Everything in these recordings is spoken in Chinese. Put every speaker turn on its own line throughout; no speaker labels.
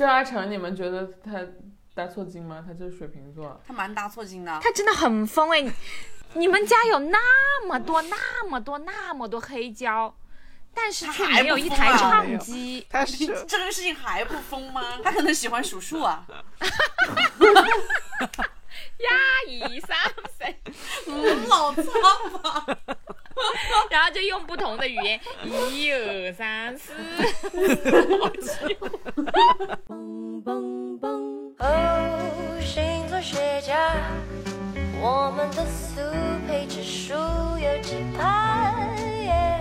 这阿成，你们觉得他搭错金吗？他就是水瓶座，
他蛮搭错金的。
他真的很疯哎！你你们家有那么多、那么多、那么多黑胶，但是却没有一台
他还不疯啊
唱机。
他
你
是
这个事情还不疯吗？ 他可能喜欢数数 啊。
呀，一三三，
老操吧！
然后就用不同的语言，一二三四。
哦，星座学家，我们的速配指数有几趴？耶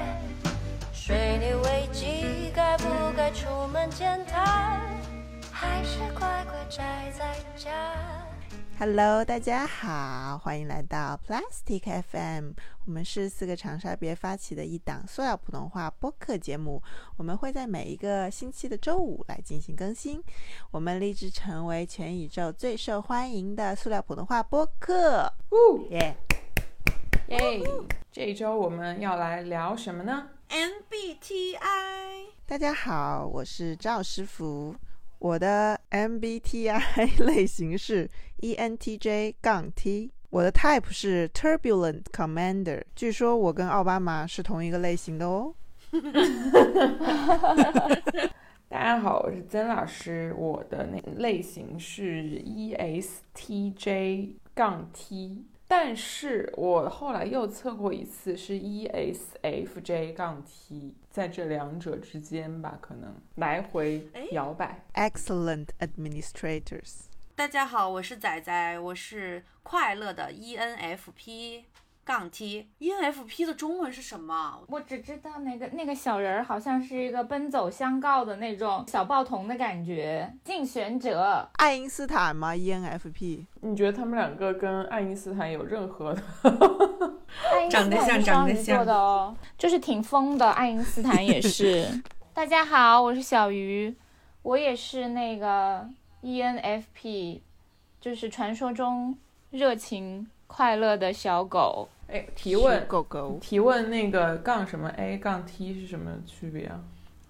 水泥危机该不该出门健谈？还是乖乖宅在家？
Hello，大家好，欢迎来到 Plastic FM，我们是四个长沙别发起的一档塑料普通话播客节目，我们会在每一个星期的周五来进行更新。我们立志成为全宇宙最受欢迎的塑料普通话播客。耶、
耶！这一周我们要来聊什么呢？
MBTI
大家好，我是赵师傅，我的 MBTI 类型是 E ENTJ 杠 T，我的 type 是 Turbulent Commander。据说我跟奥巴马是同一个类型的哦。
大家好，我是曾老师，我的那类型是 E ESTJ 杠 T，但是我后来又测过一次是 E ESFJ 杠 T，在这两者之间吧，可能来回摇摆。
Excellent administrators。
大家好，我是仔仔，我是快乐的 E ENFP 杠 T。ENFP E 的中文是什么？
我只知道那个那个小人儿好像是一个奔走相告的那种小报童的感觉，竞选者。
爱因斯坦吗？ENFP E
你觉得他们两个跟爱因斯坦有任何的？
爱因斯
长得
坦
像
是
长
双
得
鱼
像
座的哦，就是挺疯的。爱因斯坦也是。 大家好，我是小鱼，我也是那个 E ENFP，就是传说中热情快乐的小狗。
哎，提问
是狗狗。
提问那个杠什么 A 杠 T 是什么区别啊？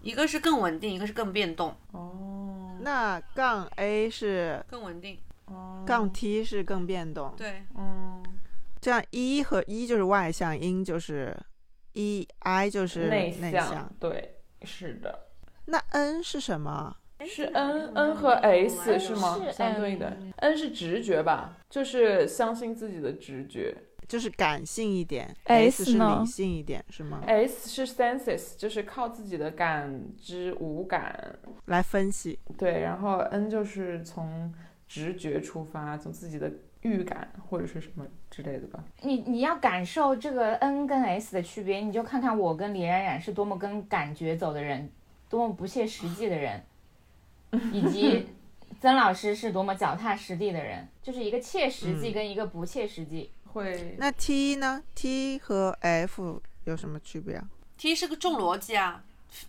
一个是更稳定，一个是更变动。
哦，
那杠 A 是
更稳定，
哦
杠 T 是更变动，
对，
嗯，
这样 E 和 E 就是外向，音就是 E，I 就是
内
内
向，对，是的，
那 N 是什么？
是
这个
N
没有
N 和
没有
S
哎
是嗯吗
是？
相对应的 N 是直觉吧，就是相信自己的直觉。
就是感性一点
S
是
呢
理性一点，是吗？
S 是 senses，就是靠自己的感知五感，
来分析，
对，然后 N 就是从直觉出发，从自己的预感或者是什么之类的吧。
你你要感受这个 N 跟 S 的区别，你就看看我跟李冉冉是多么跟感觉走的人，多么不切实际 的人，以及曾老师是多么脚踏实地的人，就是一个切实际跟一个不切实际。
会
嗯那 T 呢？T 和 F 有什么区别啊？
T 是个重逻辑啊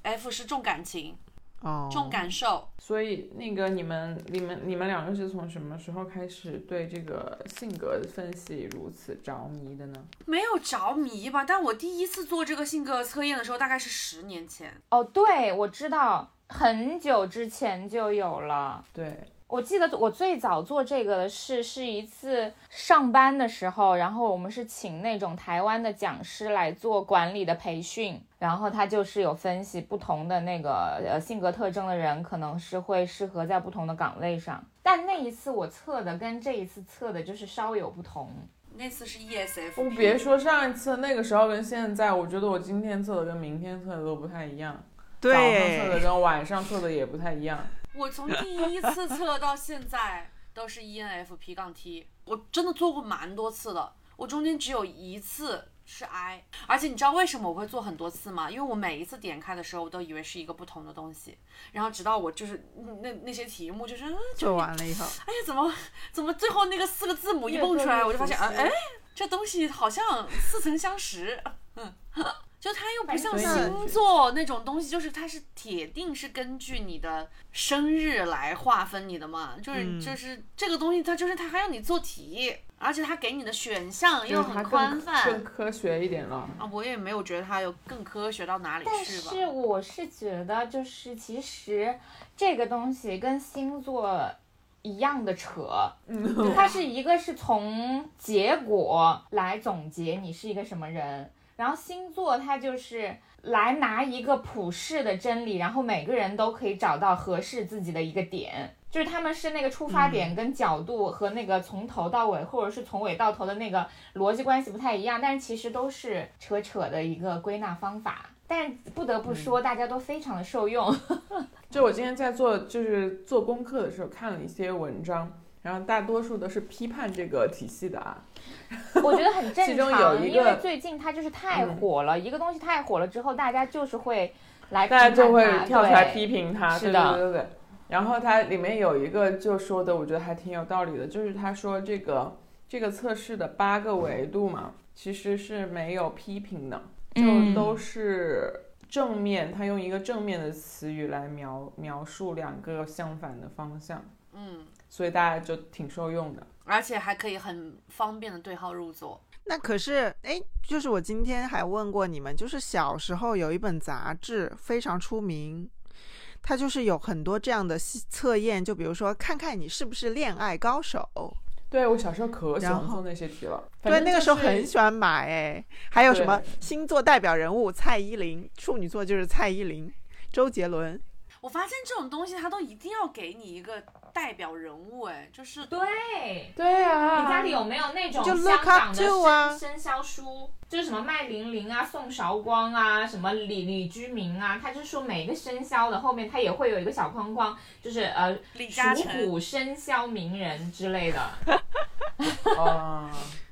，F 是重感情、
哦，
重感受。
所以那个你们、你们、你们两个是从什么时候开始对这个性格分析如此着迷的呢？
没有着迷吧，但我第一次做这个性格测验的时候，大概是十年前。
哦，对，我知道，很久之前就有了。
对，
我记得我最早做这个的是是一次上班的时候，然后我们是请那种台湾的讲师来做管理的培训，然后他就是有分析不同的那个呃性格特征的人，可能是会适合在不同的岗位上。但那一次我测的跟这一次测的就是稍有不同。
那次是 E ESF，
我别说上一次那个时候跟现在，我觉得我今天测的跟明天测的都不太一样，早上测的
对，
跟晚上测的也不太一 样。
我从第一次测到现在都是 E ENFP 杠 T，我真的做过蛮多次的，我中间只有一次是 I，而且你知道为什么我会做很多次吗？因为我每一次点开的时候，我都以为是一个不同的东西，然后直到我就是嗯那那些题目就是，嗯
做完了以后，
哎呀怎么怎么最后那个四个字母一蹦出来，我就发现啊哎这东西好像似曾相识，嗯， 就它又不像
所以
星座那种东西，就是它是铁定是根据你的生日来划分你的嘛，就是、
嗯
就是这个东西，它就是它还让你做题，而且它给你的选项
就
又
是它
很
更
宽
科
泛
更科学一点了。
啊，我也没有觉得它有更科学到哪里
但
去吧。
是我是觉得，就是其实这个东西跟星座一样的扯，
嗯
它是一个是从结果来总结你是一个什么人，然后星座它就是来拿一个普世的真理，然后每个人都可以找到合适自己的一个点。就是他们是那个出发
嗯
点跟角度和那个从头到尾，或者是从尾到头的那个逻辑关系不太一样，但是其实都是扯扯的一个归纳方法。但是不得不
嗯
说，大家都非常的 受用。
就我今天在做就是做功课的时候看了一些文章，然后大多数都是批判这个体系的啊。
我觉得很正
其中有
常，
一
因为
个
最近它就是太
嗯
火了，一个东西太火了之后，大家就是会来批
大家
判它，
就会跳出来
对
批评 他，
是
对
的
对对对。然后它里面有一个就说的，我觉得还挺有道理的，就是他说这个这个测试的八个维度嘛，其实是没有批评的，就
嗯
都是正面，他用一个正面的词语来描描述两个相反的方向，
嗯，
所以大家就挺受用的。
而且还可以很方便的对号入座。
那可是，哎，就是我今天还问过你们，就是小时候有一本杂志非常出名，它就是有很多这样的细测验，就比如说看看你是不是恋爱高手。
对我小时候可喜
然
欢
后
做那些题了，反
对，
正
那个
就
时候
是
很喜欢买哎，还有什
对
么星座代表人物蔡依林，处女座就是蔡依林、周杰伦，
我发现这种东西，它都一定要给你一个代表人物，哎，就是
对。
对啊，
你家里有没有那种
就
香
look
港
up
的
to 啊
生生肖书？就是什么麦玲玲啊、宋韶光啊、什么李李居明啊，他就是说每个生肖的后面他也会有一个小框框，就是呃
李嘉
属
诚，
虎生肖名人之类的。
啊？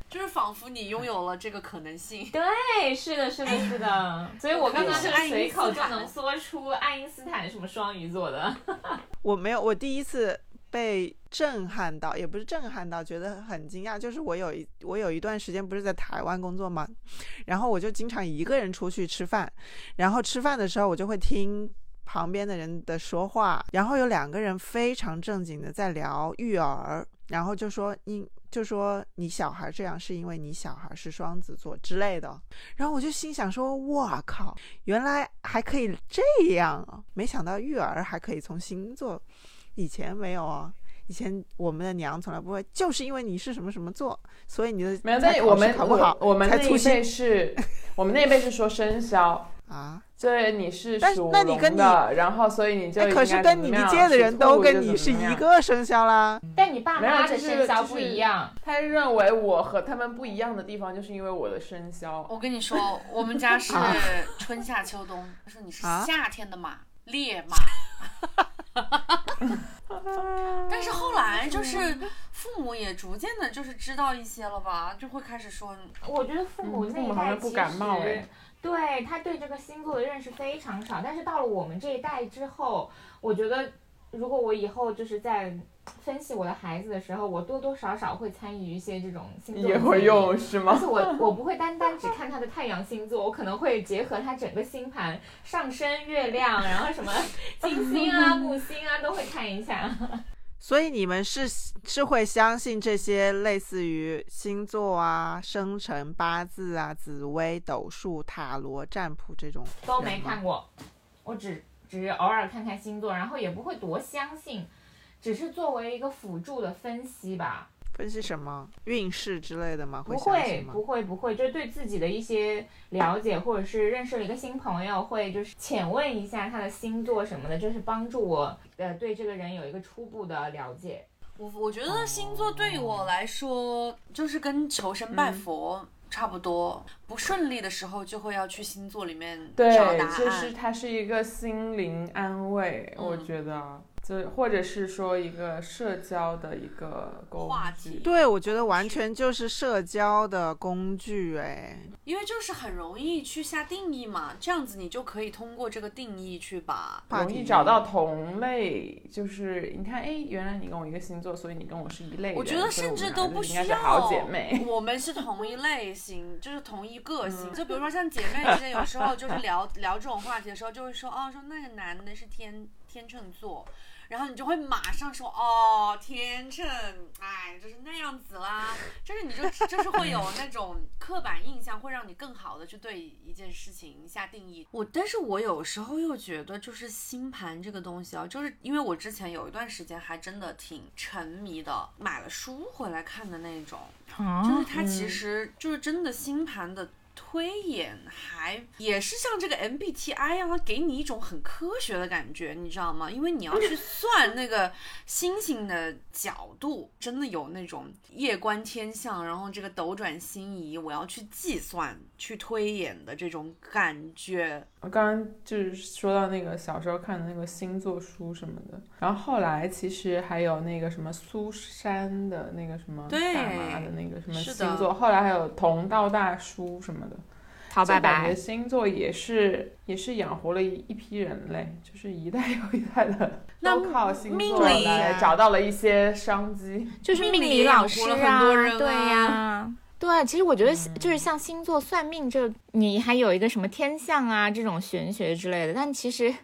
就是仿佛你拥有了这个可能性。
对，哎是的，是的，是的。所以我刚刚就是随口就能说出爱因斯坦什么双鱼座的。
我没有，我第一次被震撼到，也不是震撼到，觉得很惊讶。就是我有一我有一段时间不是在台湾工作嘛，然后我就经常一个人出去吃饭，然后吃饭的时候我就会听。旁边的人的说话，然后有两个人非常正经的在聊育儿，然后就说因就说你小孩这样是因为你小孩是双子座之类的，然后我就心想说，哇靠，原来还可以这样啊！没想到育儿还可以从星座，以前没有啊。以前我们的娘从来不会，就是因为你是什么什么座，所以你的
没有，
才
那
考
我
试
们
考不好，
我我们
才
那
粗
一
心
辈是，我们那一辈是说生肖，
啊。
就是你是
但是
属
那你
龙
跟你
的，然后所以你就
哎，
应
可
该
是
怎
跟
么
你一
样
届的
是
人
兔
都
就
跟
怎
你
么
是一
样
个生肖啦，
但你爸
没有
妈
就
的
是
生肖
就
不
是
一样，
他认为我和他们不一样的地方，就是因为我的生
哦
肖。
我跟你说，我们家是
啊
春夏秋冬。他说你是
啊
夏天的马，烈马。但是后来就是父母也逐渐的，就是知道一些了吧，就会开始说，
我觉得父母
嗯
那
父母
一
好
代
像
其
不
实
感冒哎
对他对这个星座的认识非常少，但是到了我们这一代之后，我觉得如果我以后就是在分析我的孩子的时候，我多多少少会参与一些这种星座的
也会
建议
用是
而
吗
且？我我不会单单只看他的太阳星座，我可能会结合他整个星盘、上升、月亮，然后什 么金星啊、木星啊都会看一下。
所以你们是是会相信这些类似于星座啊、生辰八字啊、紫微斗数、塔罗占卜这种
都
人
没
吗
看过，我只只偶尔看看星座，然后也不会多相信，只是作为一个辅助的分析吧。
分析什么运势之类的吗？
不
相信
会，
吗？
不会，不会，就是对自己的一些了解，或者是认识了一个新朋友，会就是浅问一下他的星座什么的，就是帮助我呃对这个人有一个初步的了解。
我我觉
哦
得星座对于我来说，就是跟求神
嗯
拜佛差不多。不顺利的时候，就会要去星座里面
对
找答，
就是
案。
它是一个心灵安慰，我
嗯
觉得就是或者是说一个社交的一个工
话
具
题，
对，我觉得完全就是社交的工具，哎，
因为就是很容易去下定义嘛，这样子你就可以通过这个定义去把
话
容易
题
找到同类。就是你看，哎，原来你跟我一个星座，所以你跟我是一类人。
我觉
所
得
以
甚
我们
至
俩
都
就
不
应
需
该
要，
是好姐 妹。嗯
我们是同一类型，就是同一个性。就比如说像姐妹之间，有时候就是聊聊这种话题的时候，就会说哦，说那个男的是天天秤座，然后你就会马上说哦，天秤，哎，就是那样子啦。就是你就就是会有那种刻板印象，会让你更好的去对一件事情下定义。我，但是我有时候又觉得，就是星盘这个东西啊，就是因为我之前有一段时间还真的挺沉迷的，买了书回来看的那种。就是
啊，
它其实就是真的星盘的推演还也是像这个 MBTI 一样，它给你一种很科学的感觉，你知道吗？因为你要去算那个星星的角度，真的有那种夜观天象，然后这个斗转星移，我要去计算、去推演的这种感觉。
我刚刚就是说到那个小时候看的那个星座书什么的，然后后来其实还有那个什么苏珊的那个什么
对
干嘛的那个什么
是的
星座，后来还有同道大叔什么的。
好，拜
就感觉
拜。
星座也是也是养活了一一批人类，就是一代又一代的
那
都靠星
命
座
理
来
啊
找到了一些商机。
就是
命
命
理
理
也
老
养活
师
了很
啊，
多人
对呀、嗯对，啊其实我觉得就是像星座算命这，你还有一个什么天象啊这种玄学之类的，但其实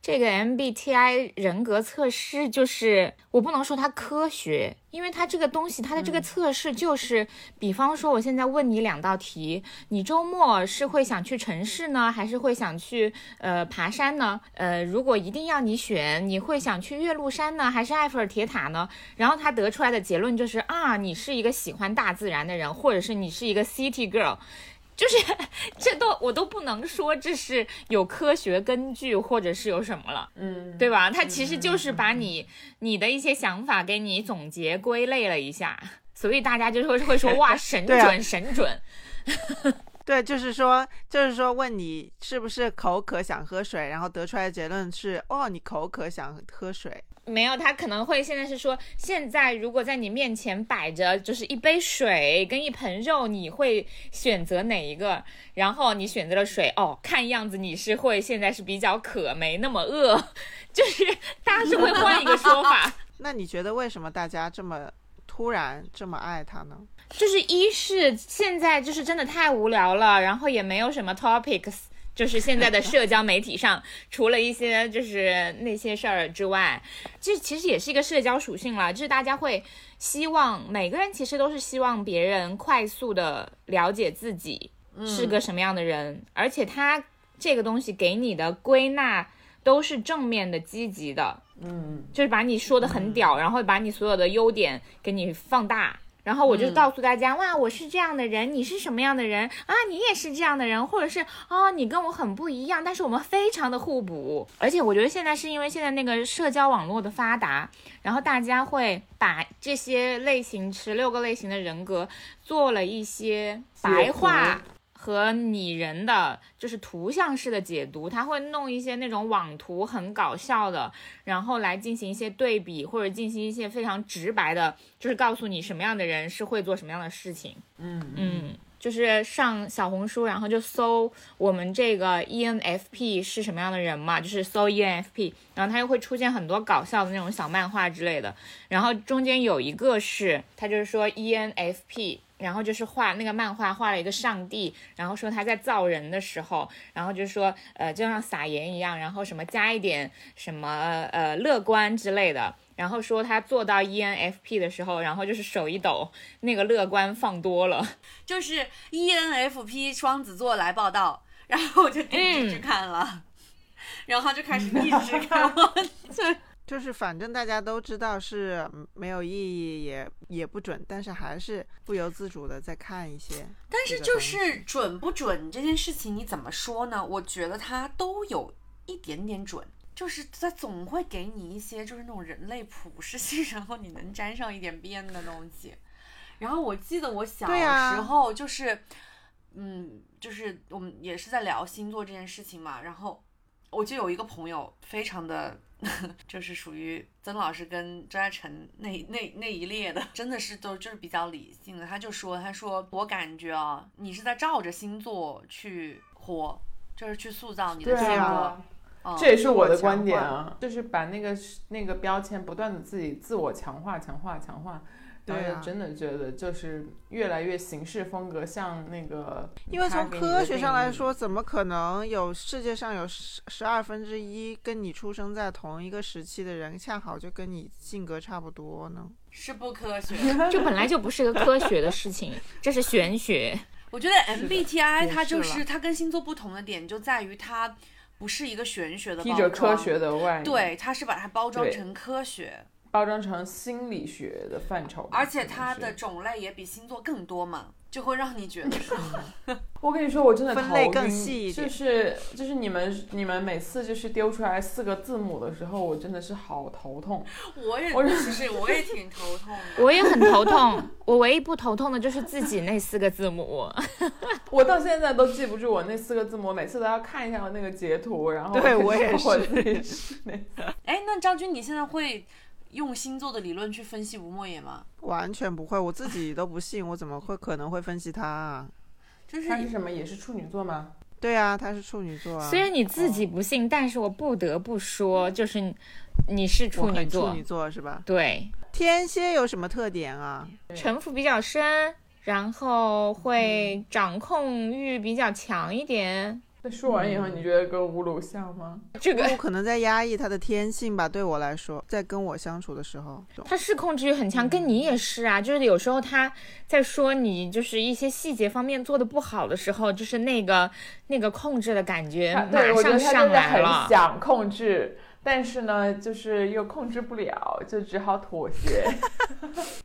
这个 MBTI 人格测试就是我不能说它科学，因为它这个东西它的这个测试就是，比方说我现在问你两道题，你周末是会想去城市呢，还是会想去呃爬山呢？呃，如果一定要你选，你会想去岳麓山呢，还是埃菲尔铁塔呢？然后他得出来的结论就是啊，你是一个喜欢大自然的人，或者是你是一个 city girl，就是 这都我都不能说这是有科学根据或者是有什么了，
嗯，
对吧？他其实就是把你你的一些想法给你总结归类了一下，所以大家就会会 说哇，神
对啊
准神准，
对，就是说，就是说，问你是不是口渴想喝水，然后得出来的结论是，哦，你口渴想喝水。
没有，他可能会现在是说，现在如果在你面前摆着就是一杯水跟一盆肉，你会选择哪一个？然后你选择了水，哦，看样子你是会现在是比较渴，没那么饿， 就是大家是会换一个说法。
那你觉得为什么大家这么突然这么爱他呢？
就是一是现在就是真的太无聊了，然后也没有什么 topics，就是现在的社交媒体上，除了一些就是那些事儿之外，这其实也是一个社交属性啦，就是大家会希望每个人其实都是希望别人快速的了解自己是个什么样的人，而且他这个东西给你的归纳都是正面的、积极的，
嗯，
就是把你说的很屌，然后把你所有的优点给你放大。然后我就告诉大家，哇，我是这样的人，你是什么样的人啊？你也是这样的人，或者是哦，你跟我很不一样，但是我们非常的互补。而且我觉得现在是因为现在那个社交网络的发达，然后大家会把这些类型十六个类型的人格做了一些白话和拟人的，就是图像式的解读。他会弄一些那种网图很搞笑的，然后来进行一些对比，或者进行一些非常直白的，就是告诉你什么样的人是会做什么样的事情。
嗯
嗯，就是上小红书，然后就搜我们这个 E ENFP 是什么样的人嘛，就是搜 E ENFP，然后它就会出现很多搞笑的那种小漫画之类的。然后中间有一个是，它就是说 E ENFP。然后就是画那个漫画，画了一个上帝，然后说他在造人的时候，然后就说，呃，就像撒盐一样，然后什么加一点什么呃乐观之类的，然后说他做到 E ENFP 的时候，然后就是手一抖，那个乐观放多了，
就是 E ENFP 双子座来报道，然后我就点进去看了，然后就开始一直看了。
就是反正大家都知道是嗯没有意义，也也不准，但是还是不由自主的再看一些。
但是就是准不准这件事情，你怎么说呢？我觉得它都有一点点准，就是它总会给你一些就是那种人类普适性，然后你能沾上一点边的东西。然后我记得我小
对啊
时候就是，嗯，就是我们也是在聊星座这件事情嘛，然后我就有一个朋友非常的 就是属于曾老师跟张嘉诚那那那一列的，真的是都就是比较理性的。他就说，他说我感觉啊，你是在照着星座去活，就是去塑造你的生
对
活。
啊
嗯
这也是我的
自我强
观点
化
啊，就是把那个那个标签不断的自己自我强化、强化、强化，然
对
后
啊
就真的觉得就是越来越形式风格像那个，
因为
他
从
给你
科
的
学
定
上来
义
说，，怎么可能有世界上有十十二分之一跟你出生在同一个时期的人，恰好就跟你性格差不多呢？
是不科学。
这本来 就不是个科学的事情，这是玄学。
我觉得
是的
MBTI
也
它就是是它跟星座不同的点就在于它不是一个玄学的
披
包
着
装，
科学的外衣，
对，它是把它包装
对
成科学，
包装成心理学的范畴吧，
而且
可能
它
是
的种类也比星座更多嘛，就会让你觉得说
我跟你说，我真的
分
头
类更
晕
细一点
就是就是你们你们每次就是丢出来四个字母的时候，我真的是好头痛。
我也
我
其实我也挺头痛的。
我也很头痛， 我唯一不头痛的就是自己那四个字母。
我到现在都记不住我那四个字母，我每次都要看一下我那个截图，然后
对
我
我 也
是，我自己是那
哎，那张军，你现在会用星座的理论去分析吴莫言吗？
完全不会，我自己都不信，我怎么会可能会分析他、啊？
就是
他是什么？也是处女座吗？
对啊，他是处女座啊，
虽然你自己不信，但是我不得不说，就是你你是
我
处
很
女
处
座
女，座是吧？
对，
天蝎有什么特点啊？
城府比较深，然后会掌控欲比较强一点。
那说完以后，你觉得跟乌鲁像吗？
这个
我可能在压抑他的天性吧，对我来说，在跟我相处的时候，
他是控制欲很
嗯
强，跟你也是啊。就是有时候他在说你就是一些细节方面做的不好的时候，就是那个那个控制的感觉
他
马
对，我觉得
上
他真
上
的
来
很
了。
想控制，但是呢，就是又控制不了，就只好妥协。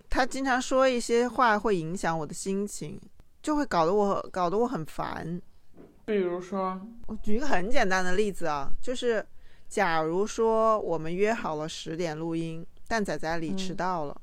他经常说一些话会影响我的心情，就会搞得我搞得我很烦。
比如说，
我举一个很简单的例子啊，就是假如说我们约好了十点录音，但仔仔里迟到了，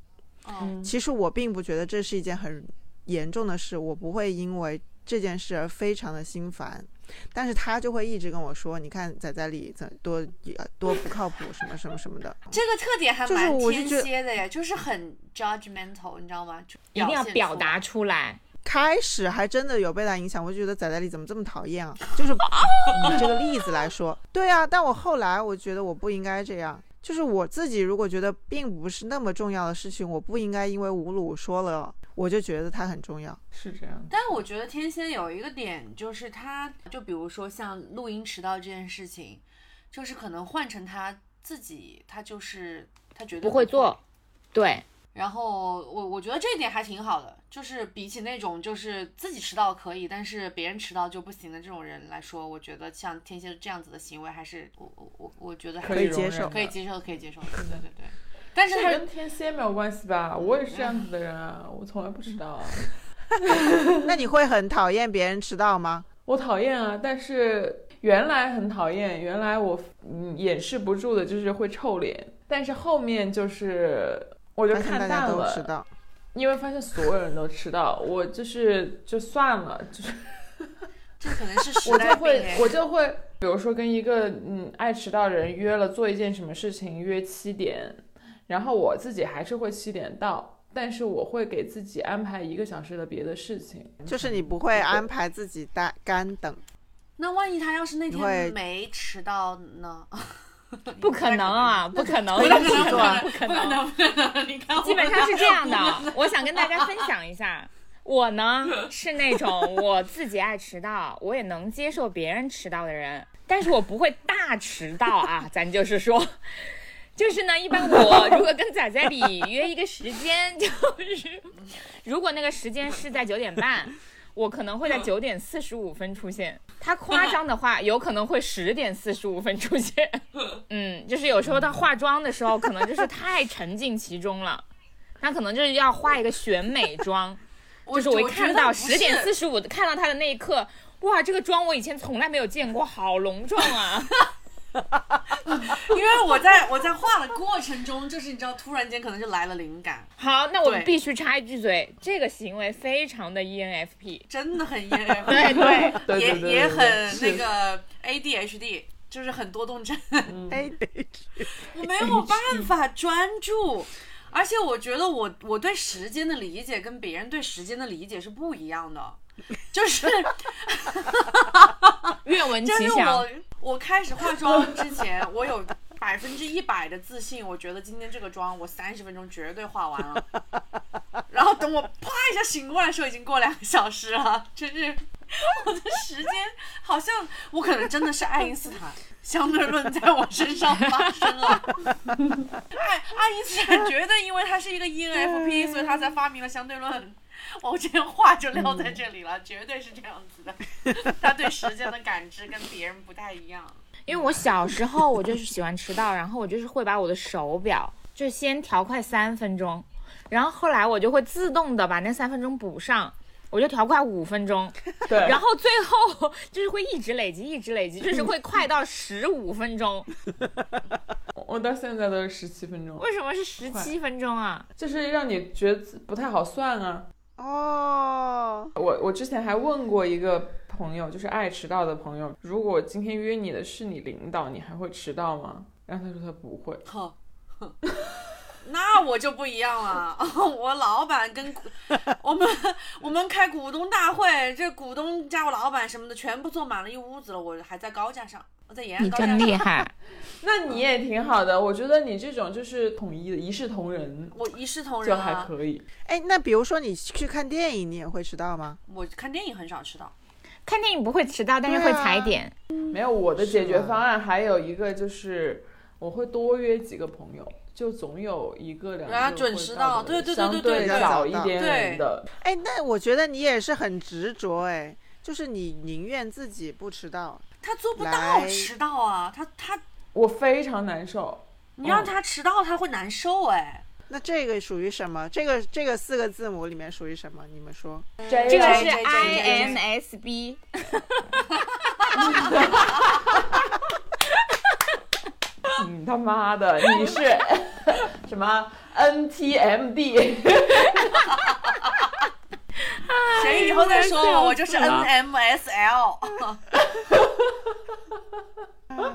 嗯，
其实我并不觉得这是一件很严重的事，我不会因为这件事而非常的心烦。但是他就会一直跟我说：“你看仔仔里怎多呃多不靠谱，什么什么什么的。”
这个特点还
就是
蛮
我就
天
觉得
蝎的呀，就是很 judgmental，你知道吗？就
一定要
现
表
出
达出来，
开始还真的有被他影响，我就觉得仔仔里怎么这么讨厌啊？就是以这个例子来说，对啊，但我后来我觉得我不应该这样，就是我自己如果觉得并不是那么重要的事情，我不应该因为吴鲁说了，我就觉得他很重要。
是这样的。
但我觉得天蝎有一个点，就是他，就比如说像录音迟到这件事情，就是可能换成他自己，他就是他绝对
不会做。对，
然后我我觉得这一点还挺好的，就是比起那种就是自己迟到可以，但是别人迟到就不行的这种人来说，我觉得像天蝎这样子的行为，还是我我我我觉得还
可
以
容
接
忍
受
的
可以接受，可以接受。对对对对。但是
这
他
跟天蝎没有关系吧？我也是这样子的人啊，我从来不迟到啊，
那你会很讨厌别人迟到吗？
我讨厌啊，但是原来很讨厌，原来我嗯掩饰不住的就是会臭脸，但是后面就是我就
发现
看
大
淡
家都
了，
迟到，
因为发现所有人都迟到，我就是就算了，就是
这可能是时
我
代
就
病
会
哎，
我就会，比如说跟一个嗯爱迟到的人约了做一件什么事情，约七点，然后我自己还是会七点到。但是我会给自己安排一个小时的别的事情，
就是你不会安排自己单干等。
那万一他要是那
你会
天没迟到呢？
不可能啊，不可能，
不可能不
不可
可
能。
能，不可能！你看我们，
基本上是这样的， 我想跟大家分享一下。我呢是那种我自己爱迟到，我也能接受别人迟到的人，但是我不会大迟到 啊。咱就是说，就是呢，一般我如果跟仔仔里约一个时间，就是如果那个时间是在九点半，我可能会 在九点四十五分出现。他夸张的话，有可能会十点四十五分出 现。嗯，就是有时候他化妆的时候，可能就是太沉浸其中了，那可能就是要化一个选美妆。
我
就是我一看到十点四
十，
十五看到他的那一刻，哇，这个妆我以前从来没有见过，好隆重啊！
因为我在我在画的过程中，就是你知道，突然间可能就来了灵感，
好，那我们
对
必须插一句嘴，这个行为非常的 E ENFP。
真的很 ENF，
对对，
对对
也
对
也
对
很
是
那个 ADHD，就是很多动症，
哎，对，
我没有
嗯
办法专注。而且我觉得我我对时间的理解跟别人对时间的理解是不一样的，就是
愿闻
真
其
的
详
我。我开始化妆之前，我有百分之一百的自信，我觉得今天这个妆我三十分钟绝对化完了。然后等我啪一下醒过来的时候，已经过两个小时了，就是我的时间好像我可能真的是爱因斯坦相对论在我身上发生了。爱爱因斯坦绝对因为他是一个 E ENFP，所以他才发明了相对论。我这话就撂在这里了，绝对是这样子的。他对时间的感知跟别人不太一样。
因为我小时候我就是喜欢迟到，然后我就是会把我的手表就先调快三分钟，然后后来我就会自动的把那三分钟补上，我就调快五分钟，
对，
然后最后就是会一直累积，一直累积，就是会快到十五分钟。
我到现在都是十七分钟，
为什么是十七分钟啊？
就是让你觉得不太好算啊。
哦，
我我之前还问过一个朋友，就是爱迟到的朋友，如果今天约你的是你领导，你还会迟到吗？然后他说他不会，
哼， 那我就不一样了， 我老板跟股我们我们开股东大会，这股东加我老板什么的全部坐满了一屋子了，我还在高架上，我在延安
你
高架
真
上。
厉害，
那你也挺好的。我觉得你这种就是统一的，一视同仁，
我一视同
就
仁
还
啊！
可以。
哎，那比如说你去看电影，你也会迟到吗？
我看电影很少迟到，
看电影不会迟到，但是会踩点。
没有我的解决
吗
方案还有一个就是，我会多约几个朋友，就总有一个两个
啊
会
准时
到
到
的
对对对
相
对
对
对
对
早
对
一点人
对
的。
哎，那我觉得你也是很执着，哎，就是你宁愿自己不迟到，
他做不到
来
迟到啊！他
哦
他
我非常难受。
你让
哦
他迟到，他会难受哎。
那这个属于什么？这个这个四个字母里面属于什么？你们说？
这
这个
对
是
对对对
INSB，
你他妈的，你是什么 NTMD？
谁以后再说
笑
我，我就是 NMSL。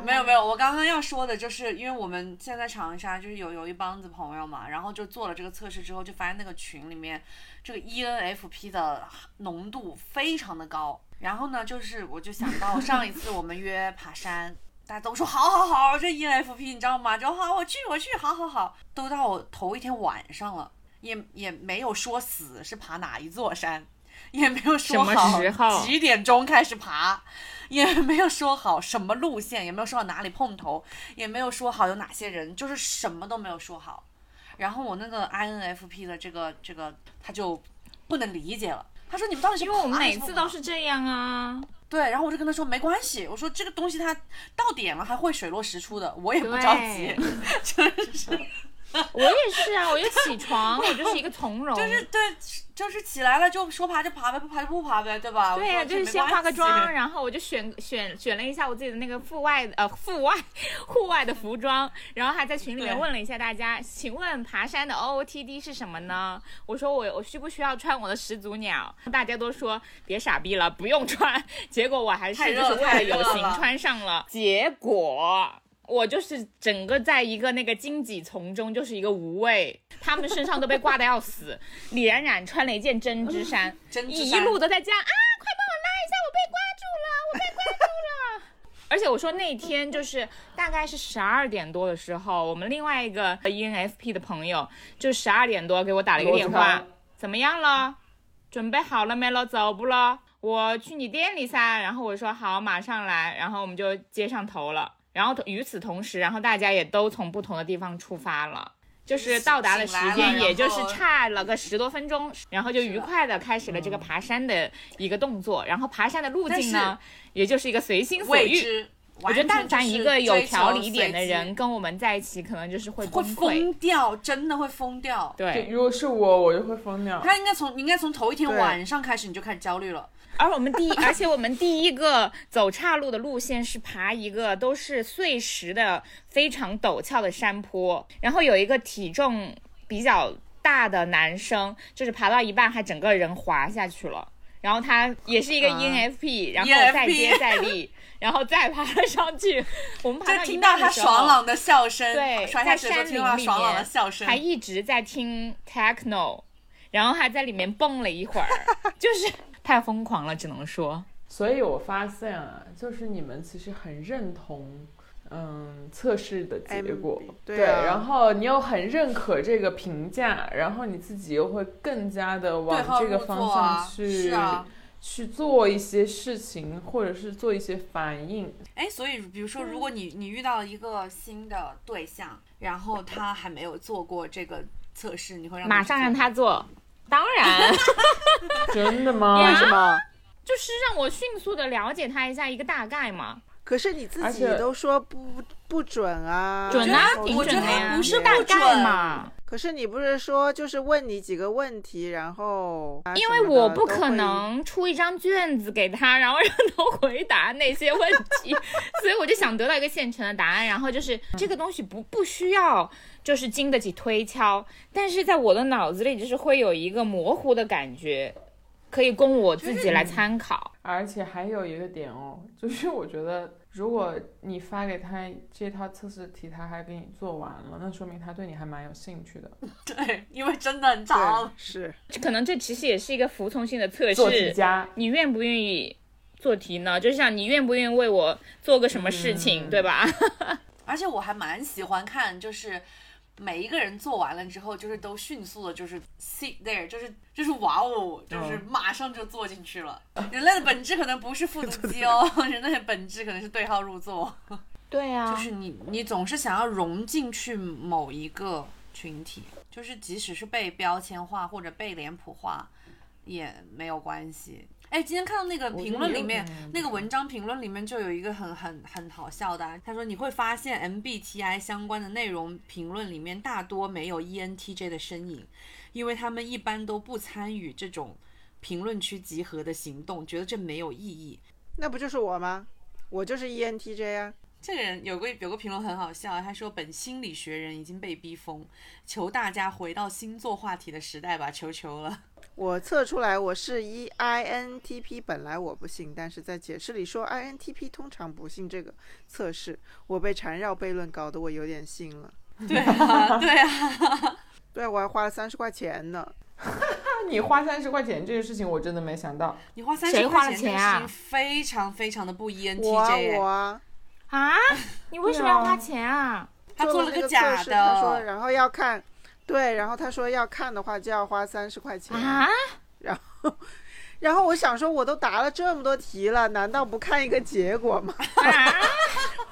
没有没有，我刚刚要说的就是，因为我们现在长沙就是有有一帮子朋友嘛，然后就做了这个测试之后，就发现那个群里面这个 E ENFP 的浓度非常的高。然后呢，就是我就想到上一次我们约爬山，大家都说好好好，这 E ENFP 你知道吗？就好我去我去，好好好，都到我头一天晚上了，也也没有说死是爬哪一座山，也没有说
什么
好
时候
几点钟开始爬，也没有说好什么路线，也没有说好哪里碰头，也没有说好有哪些人，就是什么都没有说好。然后我那个 INFP 的这个这个他就不能理解了，他说你们到底是
因为我们
爬
每
什么
次
爬
都是这样啊。
对，然后我就跟他说没关系，我说这个东西它到点了还会水落石出的，我也不着急
对，我也是啊，我就起床，我 就是一个从容，
就是对，就是起来了就说爬就爬呗，不爬就不爬呗，对吧？
对
呀、
呀、就是先化个妆，然后我就选选选了一下我自己的那个户外的呃户外户外的服装，然后还在群里面
对
问了一下大家，请问爬山的 OOTD 是什么呢？我说我我需不需要穿我的始祖鸟？大家都说别傻逼了，不用穿。结果我还是
太
就
热了
是为了有
太热
型
了
穿上了，结果。我就是整个在一个那个荆棘丛中，就是一个无畏，他们身上都被挂的要死。李冉冉穿了一件针织衫，
嗯针织
一
衫
路都在叫啊，快帮我拉一下，我被刮住了，我被刮住了。 而且我说那天就是大概是十二点多的时候，我们另外一个 E ENFP 的朋友就十二点多给我打了一个电
罗子
话
康，
怎么样了？准备好了没了？走不了？我去你店里噻。然后我说好，马上来。然后我们就接上头了。然后与此同时，然后大家也都从不同的地方出发了。就是到达的时
醒来了
间，也就
然
是
后
差了个十多分钟，然后就愉快的开始了
嗯
这个爬山的一个动作。然后爬山的路径呢，也就是一个随心所
未
欲。
知。
我
完
觉
全
得但凡
就是
一个有
追求
条理点的
随机
人跟我们在一起，可能就是会
会
崩溃。
疯掉，真的会疯掉。
对，
对，
如果是我，我就会疯掉。
他应该从你应该从头一天
对
晚上开始你就开始焦虑了，
而我们第一，而且我们第一个走岔路的路线是爬一个都是碎石的非常陡峭的山坡，然后有一个体重比较大的男生，就是爬到一半还
啊
E
E
整个人滑下去了，然后他也是一个 ENFP，、然后再
ENFP
接再厉，然后再爬上去。我们爬
就
到一
听到
半
他
的时候
爽朗的笑声，
对，
刷
在
下去的时
山
候
林
听到
里
爽朗的
面
笑声
还，一直在听 techno，然后还在里面蹦了一会儿， 就是太疯狂了，只能说。
所以我发现啊，就是你们其实很认同，嗯，测试的结果
MB，，
对
对啊
然后你又很认可这个评价，然后你自己又会更加的
对
往
号
这
入
个方
座
向
啊，
去、
是啊。
去做一些事情，或者是做一些反应。
哎，所以比如说，如果你你遇到一个新的对象，然后他还没有做过这个测试，你会让
马上
去
让
做
他做， 当 然
真的
啊
吗？
什么？
就是让我迅速的了解他一下一个大概嘛。
可是你自
而
己
且
都说不不准啊，
准啊
然，后
挺
我
准
觉得
的
他
呀，
不是
大
不准
概嘛。
可是你不是说就是问你几个问题，然后啊
因
什
为
么的
我不
都
可
会
能出一张卷子给他，然后让他回答那些问题， 所以我就想得到一个现成的答案。然后就是这个东西不不需要，就是经得起推敲，但是在我的脑子里就是会有一个模糊的感觉，可以供我自己来参考。
而且还有一个点哦，就是我觉得，如果你发给他这套测试题，他还给你做完了，那说明他对你还蛮有兴趣的。
对，因为真的很
对
长，
是
这可能这其实也是一个服从性的测
做题
试，
家，
你愿不愿意做题呢？就像你愿不愿意为我做个什么事情，对吧？
而且我还蛮喜欢看，就是每一个人做完了之后，就是都迅速的，就是 sit there，就是就是哇哦，就是
嗯
马上就坐进去了。人类的本质可能不是复读机 哦，人类的本质可能是对号入座，
对啊，
就是你你总是想要融进去某一个群体，就是即使是被标签化或者被脸谱化，也没有关系。哎，今天看到那个评论里面
我觉得也有可能，
那个文章评论里面就有一个很很很好笑的啊、他说你会发现 MBTI 相关的内容评论里面大多没有 E ENTJ 的身影，因为他们一般都不参与这种评论区集合的行动，觉得这没有意义。
那不就是我吗？我就是 ENTJ 啊，
这个人有个有个评论很好笑啊，他说本心理学人已经被逼疯，求大家回到星座话题的时代吧，求求了。
我测出来我是 E I N T P，本来我不信，但是在解释里说 I N T P 通常不信这个测试，我被缠绕悖论搞得我有点信了。
对啊，对啊，
对啊，我还花了三十块钱呢。
那你花三十块钱这个事情，我真的没想到。
你花三
谁
十
花了
块钱这
钱
个
啊
事情非常非常的不
我啊
ENTJ，
我
哎
啊，
啊，你为什么要花钱啊？
他做了
那
个
个
假
测试他说
的，
然后要看，对，然后他说要看的话就要花三十块钱。
啊，
然后我想说，我都答了这么多题了，难道不看一个结果吗？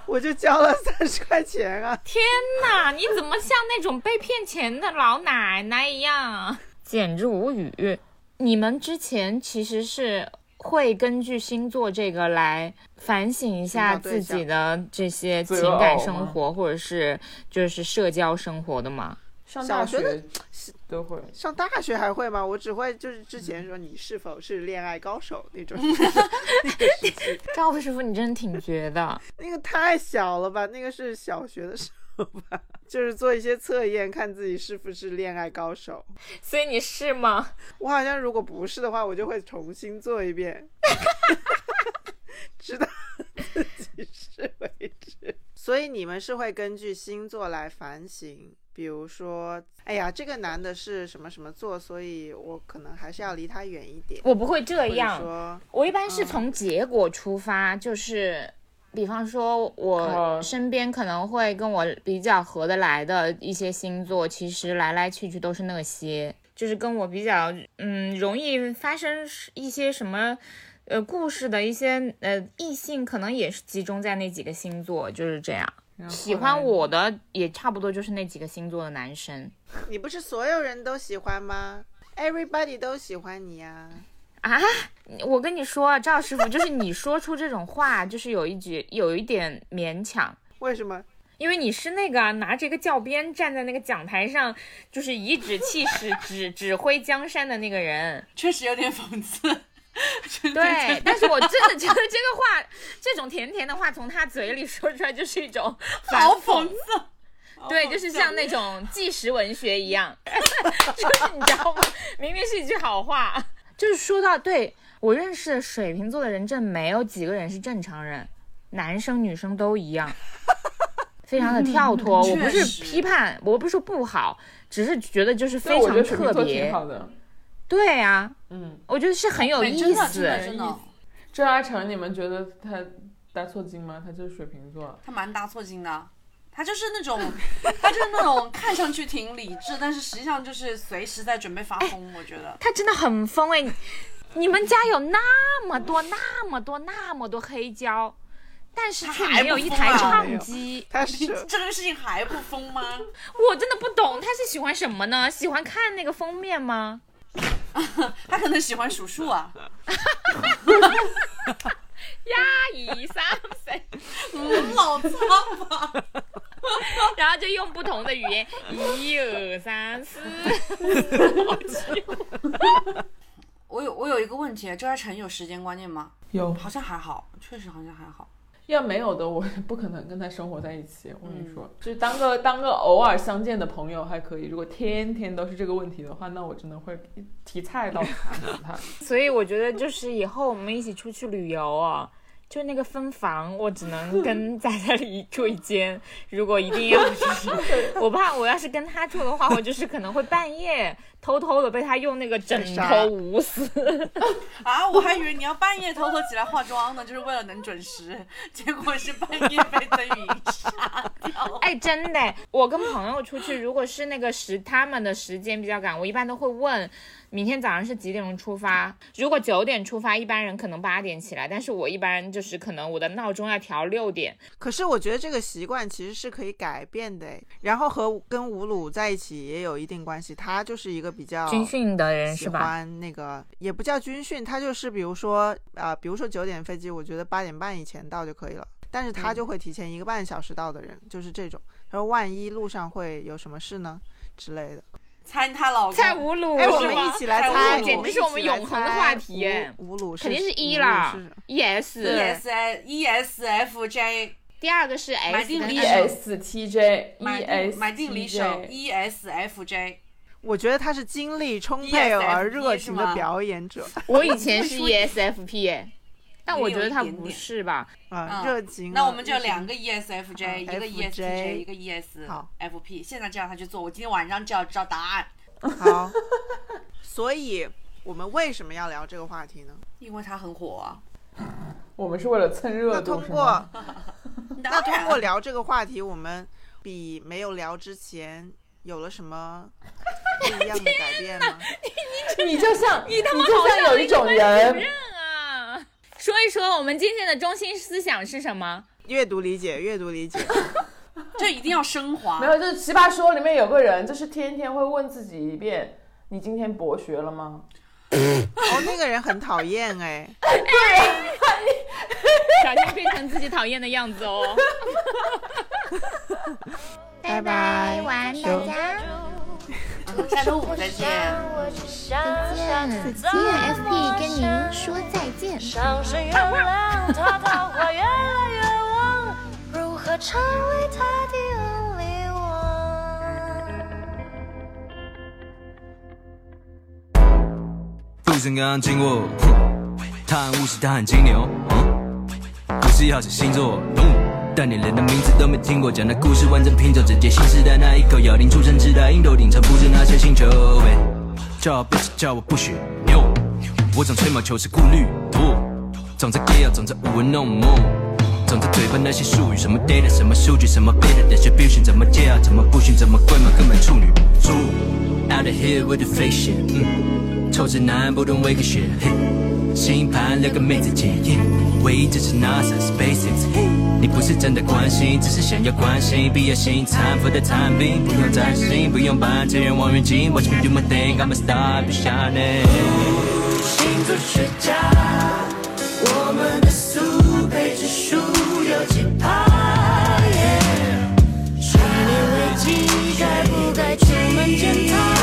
我就交了三十块钱啊！
啊天哪，你怎么像那种被骗钱的老奶奶一样？简直无语！你们之前其实是会根据星座这个来反省一下
寻找对
自
象
己的这些
择
情
偶
感
吗
生活，或者是就是社交生活的吗？
上
小
大
学
学
的
都会，
上大学还会吗？我只会就是之
嗯
前说你是否是恋爱高手那 种，
赵师傅，你真的挺绝的。
那个太小了吧？那个是小学的时候吧，就是做一些测验，看自己是不是恋爱高手。
所以你是吗？
我好像如果不是的话，我就会重新做一遍， 直到自己是为止。所以你们是会根据星座来反省，比如说，哎呀，这个男的是什么什么座，所以我可能还是要离他远一点。
我不会这
或者
样，
说，
我一般是从结果出发，就是比方说，
哦
我身边可能会跟我比较合得来的一些星座，其实来来去去都是那些，就是跟我比较嗯容易发生一些什么。呃，故事的一些呃异性可能也是集中在那几个星座，就是这样。
然后
喜
后
欢
来
我的也差不多就是那几个星座的男生
你不是所有人都喜欢吗？Everybody 都喜欢你呀、
啊。我跟你说啊，赵师傅，就是你说出这种话，就是有一句有一点勉强。
为什么？
因为你是那个啊拿着一个教鞭站在那个讲台上，就是颐指气使、指指挥江山的那个人。
确实有点讽刺。
对，但是我真的觉得这个话，这种甜甜的话从他嘴里说出来，就是一 种反
好讽刺，
对，就是像那种纪实文学一样， 就是你知道吗？明明是一句好话，就是说到对我认识的水瓶座的人，这没有几个人是正常人。男生女生都一样，非常的跳脱。我不
确
是
实
批判，我不是说不好，只是觉得就是
所以
非
我觉得水
常
瓶
特
座
别
挺。好的。
对呀、
嗯，
我觉得是很有
哎
意
真的真的
思。
真的，
郑阿成，你们觉得他搭错金吗？他就是水瓶座。
他蛮搭错金的。他就是那种，他就是那种看上去挺理智，但是实际上就是随时在准备发疯。我觉得
他真的很疯哎！你们家有那么多、那么多、那么多黑胶，但是却
他还
没有
不
一
疯
台
啊
唱机。
他是
这个事情还不疯吗？
我真的不懂他是喜欢什么呢？喜欢看那个封面吗？
他可能喜欢数数啊。
呀一三三，
嗯， 老苍吧，
然后就用不同的语言，一二三四。
我有我有一个问题，周嘉诚有时间观念吗？
有，
好像还好，确实好像还好。
要没有的，我也不可能跟他生活在一起。我
嗯
跟你说，就是当个当个偶尔相见的朋友还可以，如果天天都是这个问题的话，那我真的会提菜刀砍死 他。
所以我觉得就是以后我们一起出去旅游哦。就那个分房，我只能跟仔仔里住一间。如果一定要，就是 我怕我要是跟他住的话，我就是可能会半夜偷偷的被他用那个枕头捂死。
啊，我还以为你要半夜偷偷起来化妆呢，就是为了能准时，结果是半夜被邓雨莹杀掉。
哎，真的，我跟朋友出去，如果是那个时他们的时间比较赶，我一般都会问，明天早上是几点钟出发？如果九点出发，一般人可能八点起来，但是我一般就是可能我的闹钟要调六点。
可是我觉得这个习惯其实是可以改变的诶，欸然后和跟吴鲁在一起也有一定关系，他就是一个比较
军训的人
喜
是吧？
欢那个也不叫军训，他就是比如说啊、比如说九点飞机，我觉得八点半以前到就可以了，但是他就会提前一个半小时到的人，就是这种。他说万一路上会有什么事呢之类的。
猜她老公，
蔡吴鲁
哎，我
是
们一
吗？
起来
哎
猜，
吴鲁简直
是我们永恒的话题耶
吴吴鲁是
肯定是一
吴鲁
啦
是
，ES。
ES ESFJ
第二个是 S
买定
跟
离
E
手
S T J E
买
S
定买定离手，E ESFJ，
我觉得他是精力充沛
ESFP
而热情
是
的
吗
表演者
我以前是 ESFP，哎但我觉得他
也有一点
不
点
是吧？
啊，
嗯
热情了。
那我们就有
热情
两个 E ESFJ，
嗯
一个 E
FJ
ESTJ，一个
好
ESFP。现在就让他去做，我今天晚上就要知道答案，
好，所以我们为什么要聊这个话题呢？
因为他很火啊。
我们是为了蹭热
那
度，
通
是
过
吗？
那
那通过聊这个话题，我们比没有聊之前有了什么不一样的改变吗？
你就 像你
他们
就像有一种人，
啊，说一说我们今天的中心思想是什么？
阅读理解，阅读理解，
这一定要升华
没。有，就是《奇葩说》里面有个人，就是天天会问自己一遍：你今天博学了吗？
哦，那个人很讨厌哎，
小心变成自己讨厌的样子哦。
拜拜，
晚安
大
家。
嗯下周五再见。
再见
EFP 跟您说再见。
上是原谅他，桃花越来越旺，如何成为他的 only one？
路上刚刚经过，哼他很务实，他很金牛，嗯，不是要写星座，嗯，但你连他名字都没听过，讲的故事完整拼凑，整节新时代那一口咬定出生之代，鹰头顶沉浮着那些星球。喂叫我 bitch，叫我不许牛，我总吹毛求疵顾虑，哦，总在 gay 总在舞文弄梦。总在嘴巴那些术语，什么 data，什么数据，什么 beta distribution，怎么借啊，怎么不行，怎么跪嘛，根本处女座。Out of here with the fake shit，嗯，臭直男不懂 wake shit，嘿，星盘聊个妹子姐，耶唯一支持 NASA SpaceX，嘿，你不是真的关心，只是想要关心，毕业新产 for the time being，不用担心，不用搬家人望远镜，Watch me do my thing，I'm a star，be shining。星座学家。我们的速配指数有几趴？耶，穿越危机该不该出门检查？哦